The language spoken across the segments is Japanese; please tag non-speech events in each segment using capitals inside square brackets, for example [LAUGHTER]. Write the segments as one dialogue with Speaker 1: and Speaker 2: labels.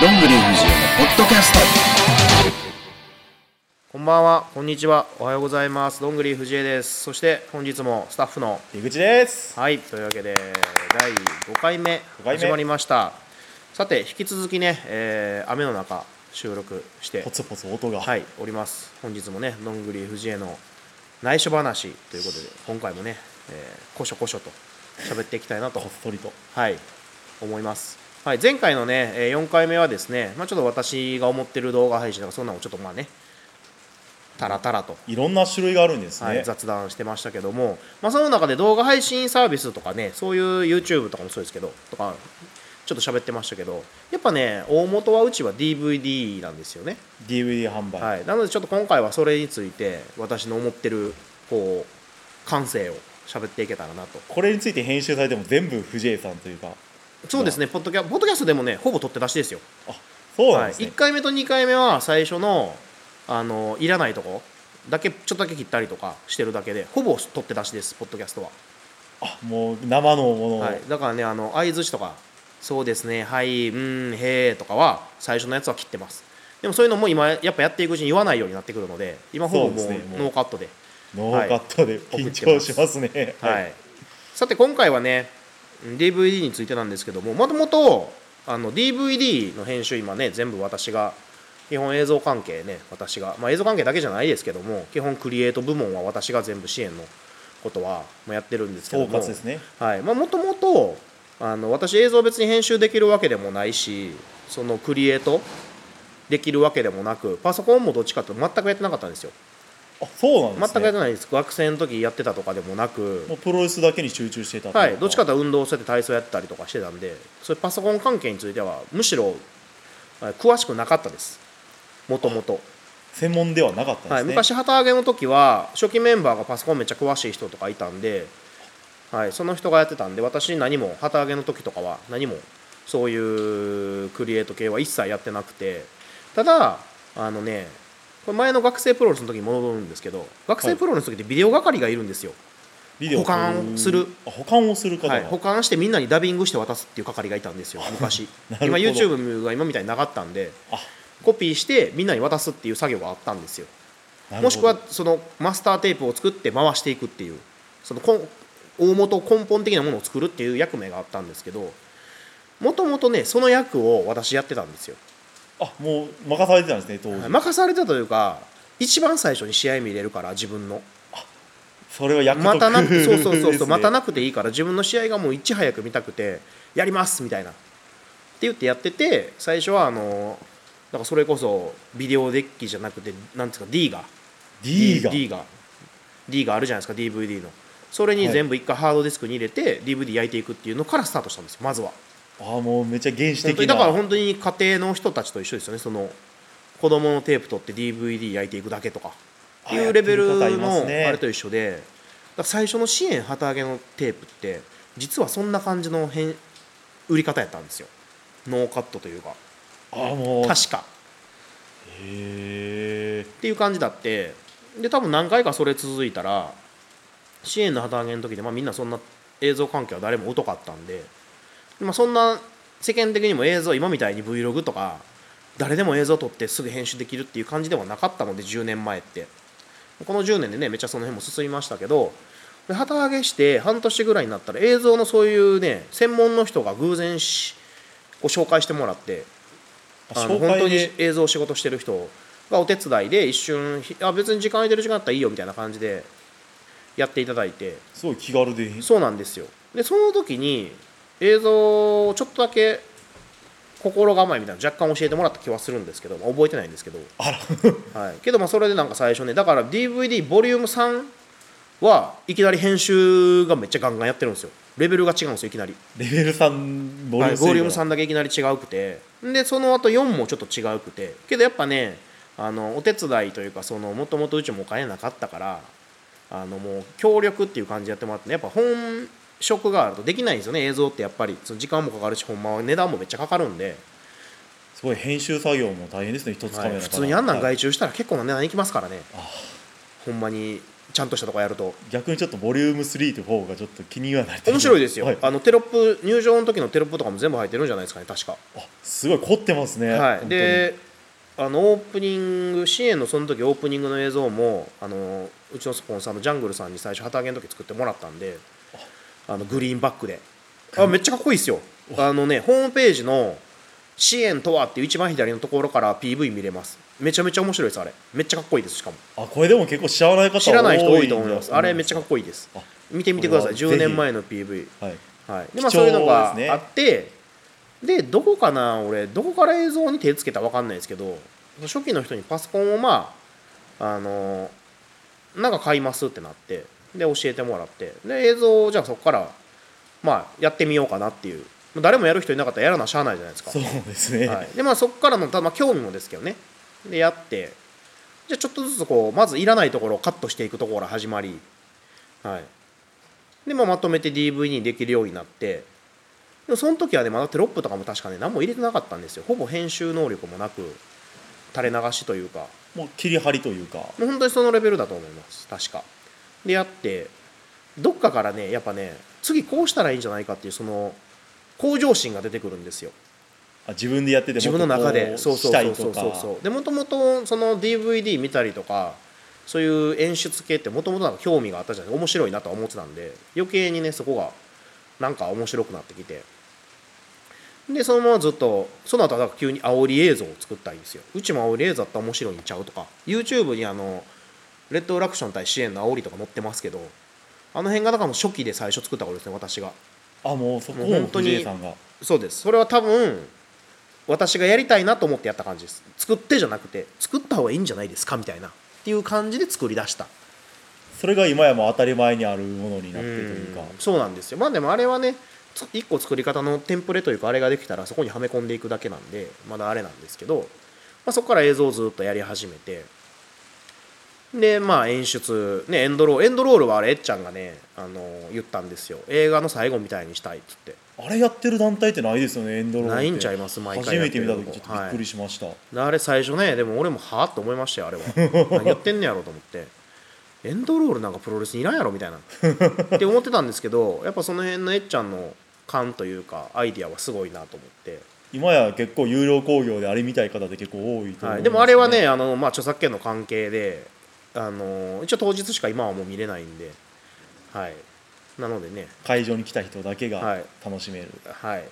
Speaker 1: どんぐり藤枝のポッドキャスト
Speaker 2: こんばんは、こんにちは、おはようございます。どんぐり藤江です。そして本日もスタッフの
Speaker 3: 井口です
Speaker 2: はいというわけで第5回目
Speaker 3: 5回目
Speaker 2: 始まりました。さて引き続きね、えー雨の中収録して
Speaker 3: ポツポツ音が
Speaker 2: はいおります。本日もねどんぐり藤江の内緒話ということで今回もね、えー、こしょこしょと喋っていきたいなと
Speaker 3: こっそりと
Speaker 2: はい、思います。はい、前回のね、えー4回目はですね、まあ、ちょっと私が思ってる動画配信とか、そんなのをちょっとまあね、たらたらと、
Speaker 3: いろんな種類があるんですね、
Speaker 2: はい、雑談してましたけども、まあ、その中で動画配信サービスとかね、そういう YouTube とかもそうですけど、とか、ちょっと喋ってましたけど、やっぱね、大元はうちは DVD なんですよね。
Speaker 3: DVD 販売、
Speaker 2: はい、なので、ちょっと今回はそれについて、私の思ってる、こう、感性を喋っていけたらなと。
Speaker 3: これについて編集されても全部藤江さんというか
Speaker 2: そうですね、ポッドキャポッドキャストでもね、ほぼ取って出しですよ。
Speaker 3: あそうなん
Speaker 2: は
Speaker 3: で
Speaker 2: い、
Speaker 3: すね
Speaker 2: 1、回目と2回目は最初のあのいらないとこだけちょっとだけ切ったりとかしてるだけでほぼ取って出しですポッドキャストは、
Speaker 3: あもう生のものを、
Speaker 2: はい、だからねあの相づちとか「そうですねはいうんへえ」とかは最初のやつは切ってますでもそういうのも今やっぱやっていくうちに言わないようになってくるので今ほぼも
Speaker 3: そううですねもう
Speaker 2: ノーカットで
Speaker 3: ノーカットで
Speaker 2: 送って
Speaker 3: 緊
Speaker 2: ます
Speaker 3: 張しますね
Speaker 2: はい、さて今回はね DVD についてなんですけどももともとあの DVD の編集今ね全部私が基本映像関係ね私が、まあ、映像関係だけじゃないですけども基本クリエイト部門は私が全部支援のことはまあやってるんですけ
Speaker 3: 総
Speaker 2: ども
Speaker 3: 括ですね
Speaker 2: はいまあ、もともとあの私映像別に編集できるわけでもないしそのクリエイトできるわけでもなくパソコンもどっちかっていうと全くやってなかったんですよ
Speaker 3: あそうなんで
Speaker 2: 全
Speaker 3: す
Speaker 2: く
Speaker 3: ね
Speaker 2: やってないです学生の時やってたとかでもなく
Speaker 3: もうプロレスだけに集中してたという
Speaker 2: はい、どっちかというと運動をしてて体操やったりとかしてたんでそういうパソコン関係についてはむしろあ詳しくなかったですもともと
Speaker 3: 専門ではなかったんですね、
Speaker 2: はい、昔旗揚げの時は初期メンバーがパソコンめっちゃ詳しい人とかいたんで、はい、その人がやってたんで私何も旗揚げの時とかは何もそういうクリエイト系は一切やってなくてただあのねこれ前の学生プロレスの時に戻るんですけど学生プロレスの時ってビデオ係がいるんですよ、
Speaker 3: ビデオ
Speaker 2: 保管をする
Speaker 3: あ保管をする方が、
Speaker 2: はい、保管してみんなにダビングして渡すっていう係がいたんですよ昔
Speaker 3: [LAUGHS] なる
Speaker 2: 今
Speaker 3: ほど
Speaker 2: YouTube が今みたいになかったんで
Speaker 3: あ
Speaker 2: コピーしてみんなに渡すっていう作業があったんですよ
Speaker 3: なるほど
Speaker 2: もしくはそのマスターテープを作って回していくっていうそのこん大元根本的なものを作るっていう役目があったんですけどもともとねその役を私やってたんですよ
Speaker 3: あもう任されてたんですね当時、
Speaker 2: 任されたというか一番最初に試合見れるから自分の
Speaker 3: それは役得
Speaker 2: 待たなくそうそうそう
Speaker 3: [LAUGHS] です
Speaker 2: そう
Speaker 3: ね
Speaker 2: 待たなくていいから自分の試合がもういち早く見たくてやりますみたいなって言ってやってて最初はあのなんかそれこそビデオデッキじゃなくてなんですか D が
Speaker 3: D が
Speaker 2: D が D があるじゃないですか DVD のそれに全部一回ハードディスクに入れて DVD 焼いていくっていうのからスタートしたんですよまずは
Speaker 3: あもうめっちゃ原始
Speaker 2: 本
Speaker 3: 的
Speaker 2: 当に
Speaker 3: な
Speaker 2: だから本当に家庭の人たちと一緒ですよねその子供のテープ取って DVD 焼いていくだけとかっていうレベル
Speaker 3: あやってる方いま
Speaker 2: の
Speaker 3: すね
Speaker 2: あれと一緒で、だから最初の支援旗揚げのテープって実はそんな感じの変売り方やったんですよノーカットというか
Speaker 3: あもう
Speaker 2: 確か
Speaker 3: へえ
Speaker 2: っていう感じだってで多分何回かそれ続いたら支援の旗揚げの時で、まあ、みんなそんな映像関係は誰も疎かったんで、まあ、そんな世間的にも映像今みたいに Vlog とか誰でも映像撮ってすぐ編集できるっていう感じではなかったので10年前ってこの10年でねめっちゃその辺も進みましたけどで旗揚げして半年ぐらいになったら映像のそういうね専門の人が偶然しこう紹介してもらってあの
Speaker 3: 紹
Speaker 2: 本当
Speaker 3: 介
Speaker 2: に
Speaker 3: で
Speaker 2: 映像仕事してる人がお手伝いで一瞬ひあ別に時間空いてる時間あったらいいよみたいな感じでやっていただいて
Speaker 3: すごい気軽で
Speaker 2: そうなんですよでその時に映像をちょっとだけ心構えみたいなの若干教えてもらった気はするんですけど、まあ覚えてないんですけど、
Speaker 3: あら
Speaker 2: はい、けどまあそれでなんか最初ねだから DVD ボリューム3はいきなり編集がめっちゃガンガンやってるんですよレベルが違うんですよいきなり
Speaker 3: レベル3ボリュ
Speaker 2: は
Speaker 3: ー
Speaker 2: い
Speaker 3: ム
Speaker 2: ボリューム
Speaker 3: 3
Speaker 2: 3だけいきなり違うくてでその後4もちょっと違うくてけどやっぱねあのお手伝いというかそのもともとうちもお金なかったからあのもう協力っていう感じでやってもらってねやっぱ本職があるとできないんですよね映像ってやっぱりその時間もかかるしほんまは値段もめっちゃかかるんで、
Speaker 3: すごい編集作業も大変ですね一つカメラから
Speaker 2: はい普通にあんなん
Speaker 3: はい
Speaker 2: 外注したら結構な値段いきますからね
Speaker 3: あ
Speaker 2: ほんまにちゃんとしたとこやると
Speaker 3: 逆にちょっとボリューム3という方がちょっと気にはなりた
Speaker 2: 面白いですよ、
Speaker 3: はい、
Speaker 2: あのテロップ入場の時のテロップとかも全部入ってるんじゃないですかね確か、
Speaker 3: あすごい凝ってますね、
Speaker 2: はい、であのオープニング支援のその時オープニングの映像もあのうちのスポンサーのジャングルさんに最初旗揚げの時作ってもらったんであのグリーンバックであめっちゃかっこいいですよあのねホームページの「支援とは」っていう一番左のところから PV 見れますめちゃめちゃ面白いですあれめっちゃかっこいいですしかも
Speaker 3: 本当にあこれでも結構知らない方
Speaker 2: 知らない人多いと思いますあれめっちゃかっ
Speaker 3: こ
Speaker 2: こいいです
Speaker 3: あ
Speaker 2: 見てみてください
Speaker 3: これはぜ
Speaker 2: 10
Speaker 3: ひ
Speaker 2: 年前の PV
Speaker 3: いい、はい、
Speaker 2: はい、でまあ
Speaker 3: 貴
Speaker 2: そうい
Speaker 3: 重
Speaker 2: うのが
Speaker 3: ですね
Speaker 2: あってでどこかな俺どこから映像に手つけたか分かんないですけど初期の人にパソコンをまああのなんか買いますってなってで教えてもらってで映像をじゃあそこからまあやってみようかなっていうまあ誰もやる人いなかったらやらなしゃあないじゃないですか
Speaker 3: そうですね、
Speaker 2: はい、でまあそこからのただまあ興味もですけどねでやってじゃあちょっとずつこうまずいらないところをカットしていくところから始まり、はい、で、まあ、まとめて DV にできるようになってでもその時はねまだテロップとかも確かね何も入れてなかったんですよほぼ編集能力もなく垂れ流しというか
Speaker 3: もう切り張りというか
Speaker 2: もう本当にそのレベルだと思います確かでやってどっかからねやっぱね次こうしたらいいんじゃないかっていうその向上心が出てくるんですよ
Speaker 3: あ自分でやってても
Speaker 2: 自分の中
Speaker 3: こ
Speaker 2: で
Speaker 3: う
Speaker 2: そうそう
Speaker 3: した
Speaker 2: そ
Speaker 3: いう
Speaker 2: そ
Speaker 3: と
Speaker 2: う
Speaker 3: か
Speaker 2: そうそうでもともとその DVD 見たりとかそういう演出系ってもともと興味があったじゃない面白いなとは思ってたんで余計にねそこがなんか面白くなってきてでそのままずっとその後はだから急に煽り映像を作ったりですようちも煽り映像だったら面白いんちゃうとか YouTube にあのレッドオラクション対支援の煽りとか載ってますけどあの辺がだからもう初期で最初作った頃ですね私が
Speaker 3: あもうそこ
Speaker 2: もう
Speaker 3: を
Speaker 2: 本当に
Speaker 3: 藤井さんが
Speaker 2: そうですそれは多分私がやりたいなと思ってやった感じです作ってじゃなくて作った方がいいんじゃないですかみたいなっていう感じで作り出した
Speaker 3: それが今やもう当たり前にあるものになってというか
Speaker 2: うんそうなんですよまあでもあれはねつ一個作り方のテンプレというかあれができたらそこにはめ込んでいくだけなんでまだあれなんですけど、まあ、そこから映像をずっとやり始めてでまあ演出ねエンドロールエンドロールはあれえっちゃんがねあの言ったんですよ映画の最後みたいにしたいっつって
Speaker 3: あれやってる団体ってないですよねエンドロールって
Speaker 2: ないんちゃいます毎回
Speaker 3: 初
Speaker 2: やっ
Speaker 3: め
Speaker 2: て
Speaker 3: て
Speaker 2: る
Speaker 3: 見
Speaker 2: と
Speaker 3: た
Speaker 2: こ
Speaker 3: 時ちょっとびっくりしました、
Speaker 2: あれ最初ねでも俺もはあと思いましたよあれ
Speaker 3: [LAUGHS]
Speaker 2: は何やってんねやろと思ってエンドロールなんかプロレスにいらんやろみたいなって思ってたんですけどやっぱその辺のえっちゃんの勘というかアイディアはすごいなと思って、
Speaker 3: 今や結構有料興行であれみたい方って結構多いと思うんすね、
Speaker 2: はい、でもあれはねあの、まあ、著作権の関係であの一応当日しか今はもう見れないんで、はい、なのでね
Speaker 3: 会場に来た人だけ
Speaker 2: は
Speaker 3: が
Speaker 2: い
Speaker 3: 楽しめる、 [LAUGHS]
Speaker 2: はい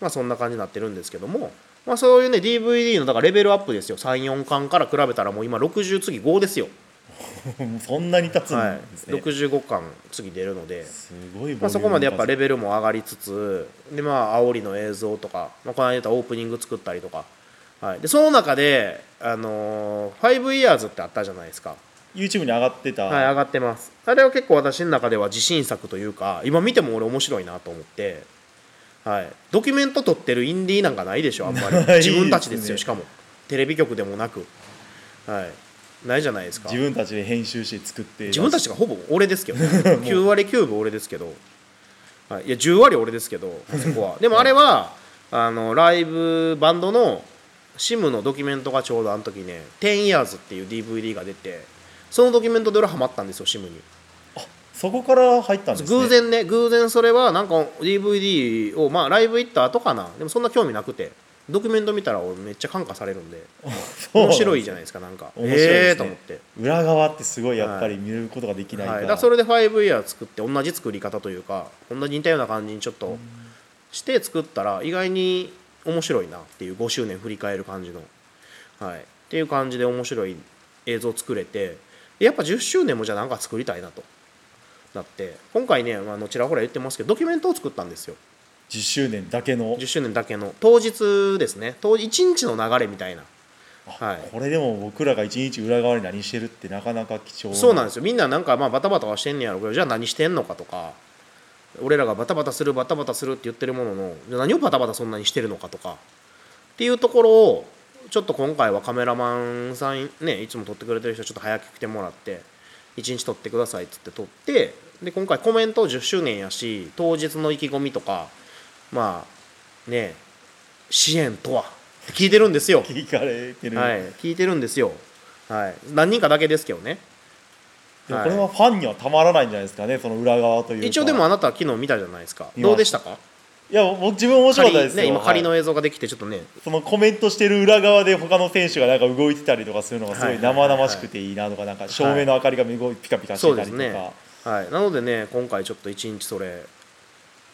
Speaker 2: まあそんな感じになってるんですけども、まあ、そういうね DVD のだからレベルアップですよ34巻から比べたらもう今60次5ですよ
Speaker 3: もうそんなに経つ
Speaker 2: は
Speaker 3: んです
Speaker 2: い、
Speaker 3: ね、
Speaker 2: 65巻次出るので、
Speaker 3: すごいボリューム
Speaker 2: まあ、そこまでやっぱ
Speaker 3: レ
Speaker 2: レベルも上がりつつでまあ煽りの映像とか、まあ、この間言ったオープニング作ったりとか、はい、でその中で、あのー、5 years ってあったじゃないですか、
Speaker 3: YouTube に上がってた、
Speaker 2: はい、上がってますあれは結構私の中では自信作というか今見ても俺面白いなと思って、はい、ドキュメント撮ってるインディーなんかないでしょあんまり
Speaker 3: ないです
Speaker 2: 自
Speaker 3: ね
Speaker 2: 分たちですよしかもテレビ局でもなく、はい、ないじゃないですか
Speaker 3: 自分たちで編集して作って
Speaker 2: 自分たちがほぼ俺ですけど、ね、9割9分
Speaker 3: [LAUGHS]
Speaker 2: 俺ですけど、はい、いや10割俺ですけどそこはでもあれはあのライブバンドのシムのドキュメントがちょうどあの時ね「10 years」っていう DVD が出てそのドキュメントで俺ハマったんですよシムに、
Speaker 3: そこから入ったんです、ね、
Speaker 2: 偶然ね偶然それはなんか DVD をまあライブ行った後かなでもそんな興味なくてドキュメント見たら俺めっちゃ感化されるんで面白いじゃないですかなんか
Speaker 3: 面白いですね
Speaker 2: ええーと思って
Speaker 3: 裏側ってすごいやっぱり見ることができないか
Speaker 2: はい、だ
Speaker 3: ら、
Speaker 2: からそれで 5ER 作って同じ作り方というか同じ似たような感じにちょっとして作ったら意外に面白いなっていう5周年振り返る感じの、はい、っていう感じで面白い映像作れてでやっぱ10周年もじゃあなんか作りたいなとなって今回ねあのちらほら言ってますけどドキュメントを作ったんですよ
Speaker 3: 10周年だけの
Speaker 2: 10周年だけの当日ですね当1日の流れみたいな、はい、
Speaker 3: これでも僕らが一日裏側に何してるってなかなか貴重
Speaker 2: そうなんですすよみんななんかまあバタバタはしてんねやろうけどじゃあ何してんのかとか俺らがバタバタするバタバタするって言ってるもののじゃあ何をバタバタそんなにしてるのかとかっていうところをちょっと今回はカメラマンさんねいつも撮ってくれてる人ちょっと早く来てもらって1日撮ってくださいっつって撮ってで今回コメント10周年やし当日の意気込みとかまあね支援とはって聞いてるんですよ
Speaker 3: 聞かれてる、
Speaker 2: はい、聞いてるんですよ、はい、何人かだけですけどね、
Speaker 3: でもこれはファンにはたまらないんじゃないですかねその裏側というか
Speaker 2: 一応でもあなたは昨日見たじゃないですか
Speaker 3: 見ました
Speaker 2: どうでしたか
Speaker 3: いやもう自分面白かったですよ、
Speaker 2: ね、今仮
Speaker 3: は
Speaker 2: の映像ができてちょっとね、
Speaker 3: いそのコメントしてる裏側で他の選手がなんか動いてたりとかするのがすご
Speaker 2: はい
Speaker 3: い
Speaker 2: はいはいは
Speaker 3: 生
Speaker 2: い
Speaker 3: 々しくていいなとかなんか照明の明かりが動いピカピカし
Speaker 2: そう
Speaker 3: てた
Speaker 2: で
Speaker 3: り
Speaker 2: す
Speaker 3: とか、
Speaker 2: ねはいなのでね今回ちょっと一日それ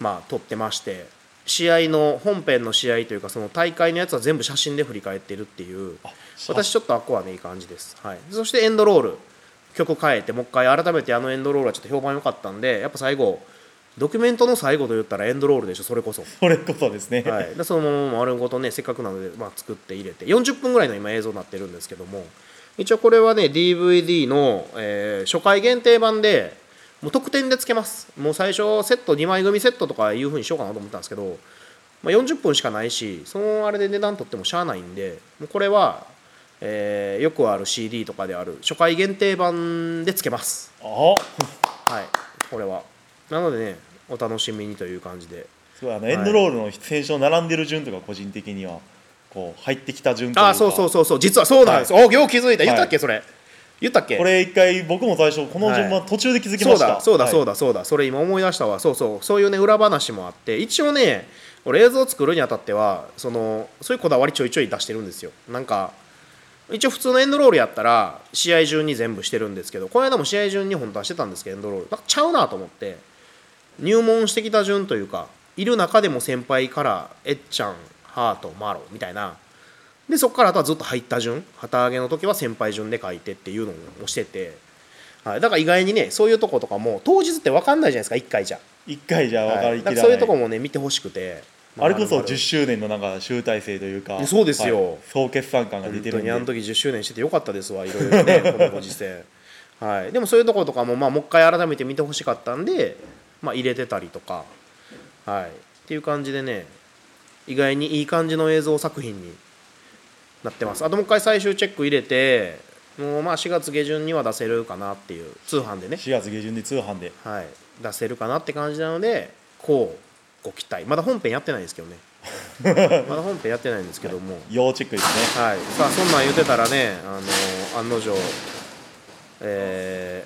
Speaker 2: まあ撮ってまして試合の本編の試合というかその大会のやつは全部写真で振り返ってるっていう私ちょっとあっこはねいい感じです、はい、そしてエンドロール曲変えてもう一回改めてあのエンドロールはちょっと評判良かったんでやっぱ最後ドキュメントの最後と言ったらエンドロールでしょそれこそ
Speaker 3: それこそですね、
Speaker 2: はい、でそのまま丸ごとねせっかくなので、まあ、作って入れて40分ぐらいの今映像になってるんですけども一応これはね DVD の、えー初回限定版でもう特典でつけますもう最初セット2枚組セットとかいうふうにしようかなと思ったんですけど、まあ、40分しかないしそのあれで値段取ってもしゃあないんでもうこれは、えーよくある CD とかである初回限定版でつけます
Speaker 3: あ
Speaker 2: はいこれはなのでねお楽しみにという感じです
Speaker 3: ごいあのエンドロールの選手の並んでる順とか個人的にはこう入ってきた順というか
Speaker 2: あそうそうそうそう実はそうなんです、およう気づいた言ったっけ、それ言ったっけ
Speaker 3: これ一回僕も最初この順
Speaker 2: は
Speaker 3: 番途中で気づきま
Speaker 2: そう
Speaker 3: した、
Speaker 2: だそうだ
Speaker 3: はい
Speaker 2: そうだそうだ、それ今思い出したわそうそうそういうね裏話もあって一応ね俺映像作るにあたってはそのそういうこだわりちょいちょい出してるんですよなんか一応普通のエンドロールやったら試合中に全部してるんですけどこの間も試合順に本出してたんですけどエンドロールなんかちゃうなと思って入門してきた順というかいる中でも先輩からえっちゃんハートマロみたいなでそこからあとはずっと入った順旗揚げの時は先輩順で書いてっていうのをしてて、はい、だから意外にねそういうとことかも当日って分かんないじゃないですか1回じゃ、
Speaker 3: 一回じゃ分か
Speaker 2: はい
Speaker 3: りき
Speaker 2: な
Speaker 3: ら
Speaker 2: んか
Speaker 3: ない、
Speaker 2: そういうとこもね見てほしくて
Speaker 3: あれこそ
Speaker 2: まあ
Speaker 3: 10周年のなんか集大成というか
Speaker 2: そうですよ
Speaker 3: はい総決算感が出
Speaker 2: 本
Speaker 3: て
Speaker 2: 当
Speaker 3: る
Speaker 2: に
Speaker 3: んで
Speaker 2: あの時10周年しててよかったですわいろいろ
Speaker 3: [LAUGHS]
Speaker 2: ねこのご時世、はい、でもそういうとことかも、まあ、もう一回改めて見てほしかったんで、まあ、入れてたりとか、はい、っていう感じでね意外にいい感じの映像作品になってますあともう一回最終チェック入れてもうまあ4月下旬には出せるかなっていう通販でね、
Speaker 3: 4月下旬で通販で
Speaker 2: はい、出せるかなって感じなのでこうご期待まだ本編やってないんですけどねまだ本編やってないんですけども、
Speaker 3: 要チェックですね
Speaker 2: はい、さあそんなん言ってたらね、あの案の定、え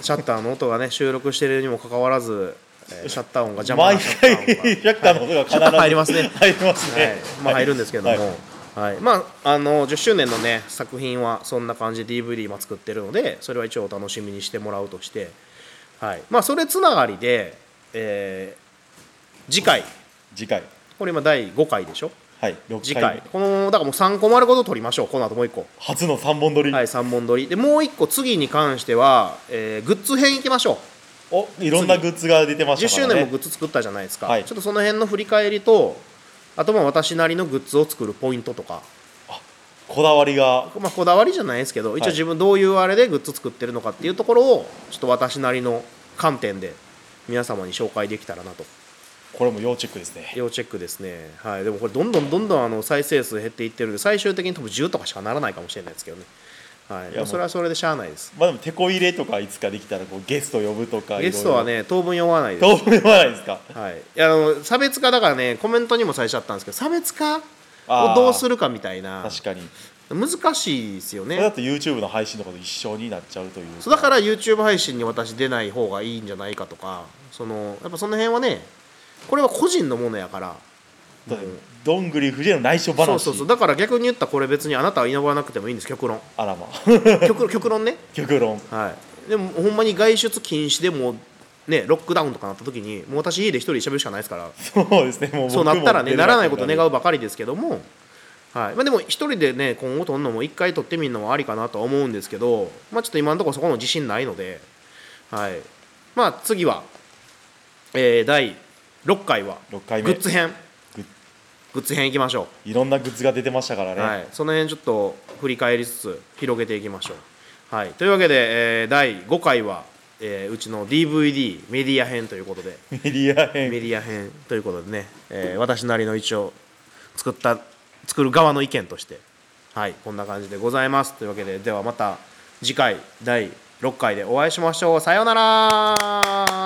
Speaker 2: ーシャッターの音がね収録してるにもかかわらず、えーシャッター音が邪魔
Speaker 3: 毎
Speaker 2: な
Speaker 3: 回
Speaker 2: シャッター音が
Speaker 3: シ
Speaker 2: シャ
Speaker 3: ャッターの音が必ず、
Speaker 2: ッター入りますね
Speaker 3: 入りますね、
Speaker 2: はい、まあ入るんですけども、
Speaker 3: は
Speaker 2: はいいまああの10周年のね作品はそんな感じで DVD 今作ってるのでそれは一応お楽しみにしてもらうとして、はいまあ、それつながりで、えー次回
Speaker 3: 次回
Speaker 2: これ今第5回でしょ
Speaker 3: はい6
Speaker 2: 次
Speaker 3: 回
Speaker 2: 回このだからもう3個丸ごと撮りましょうこの後もう1個。
Speaker 3: 初の3本撮り、
Speaker 2: はい、3本撮りでもう1個次に関しては、えーグッズ編いきましょ
Speaker 3: おいろんなグッズが出てま
Speaker 2: う10
Speaker 3: した
Speaker 2: 周
Speaker 3: からね
Speaker 2: 年もグッズ作ったじゃないですか、
Speaker 3: はい
Speaker 2: ちょっとその辺の振り返りとあとまあ私なりのグッズを作るポイントとか、
Speaker 3: こだわりが
Speaker 2: まあ、こだわりじゃないですけど一
Speaker 3: は
Speaker 2: 応
Speaker 3: い
Speaker 2: 自分どういうあれでグッズ作ってるのかっていうところをちょっと私なりの観点で皆様に紹介できたらなと
Speaker 3: これも要チェックですね
Speaker 2: 要チェックですね、はい、でもこれどんどんどんどんあの再生数減っていってるんで最終的に多分10とかしかならないかもしれないですけどね、はい、
Speaker 3: や
Speaker 2: もうそれはそれでしゃあないです
Speaker 3: まあでも手こ入れとかいつかできたらこうゲスト呼ぶとか
Speaker 2: ゲストはいね当分読まないです
Speaker 3: ろいろどうでもないですか
Speaker 2: はい、いやあの差別化だからねコメントにも最初あったんですけど差別化
Speaker 3: あー
Speaker 2: をどうするかみたいな
Speaker 3: 確かに
Speaker 2: 難しいですよ
Speaker 3: それだ
Speaker 2: ね
Speaker 3: と YouTube の配信とかと一緒になっちゃうという
Speaker 2: そうだから YouTube 配信に私出ない方がいいんじゃないかとかそのやっぱその辺はねこれは個人のものやから
Speaker 3: だってどんぐり藤江の内緒話
Speaker 2: そうそうそうだから逆に言ったらこれ別にあなたは言わなくてもいいんです極論
Speaker 3: あらま [LAUGHS]
Speaker 2: 極極論ね
Speaker 3: 極論
Speaker 2: はいでもほんまに外出禁止でもねロックダウンとかなった時にもう私家で一人で喋るしかないですから
Speaker 3: そうですねもう
Speaker 2: [LAUGHS]
Speaker 3: 僕
Speaker 2: そうなったらね
Speaker 3: も出
Speaker 2: ならないことを願
Speaker 3: う
Speaker 2: うばかりですけども、はいまあ、でも一人でね今後取るのも一回取ってみるのもありかなとは思うんですけど、まあ、ちょっと今のところそこの自信ないので、はいまあ、次は、えー第6回は
Speaker 3: 6回目
Speaker 2: グッズ編
Speaker 3: グッ
Speaker 2: グッズ編いきましょ
Speaker 3: いろんなグッズが出てましたから
Speaker 2: う、
Speaker 3: ね、
Speaker 2: はい、その辺ちょっと振り返りつつ広げていきましょう、はい、というわけで、えー第5回は、えーうちの DVD メディア編ということで
Speaker 3: メディア編
Speaker 2: メディア編ということでね、えー私なりの一応作った作る側の意見としてはいこんな感じでございますというわけでではまた次回第6回でお会いしましょうさようなら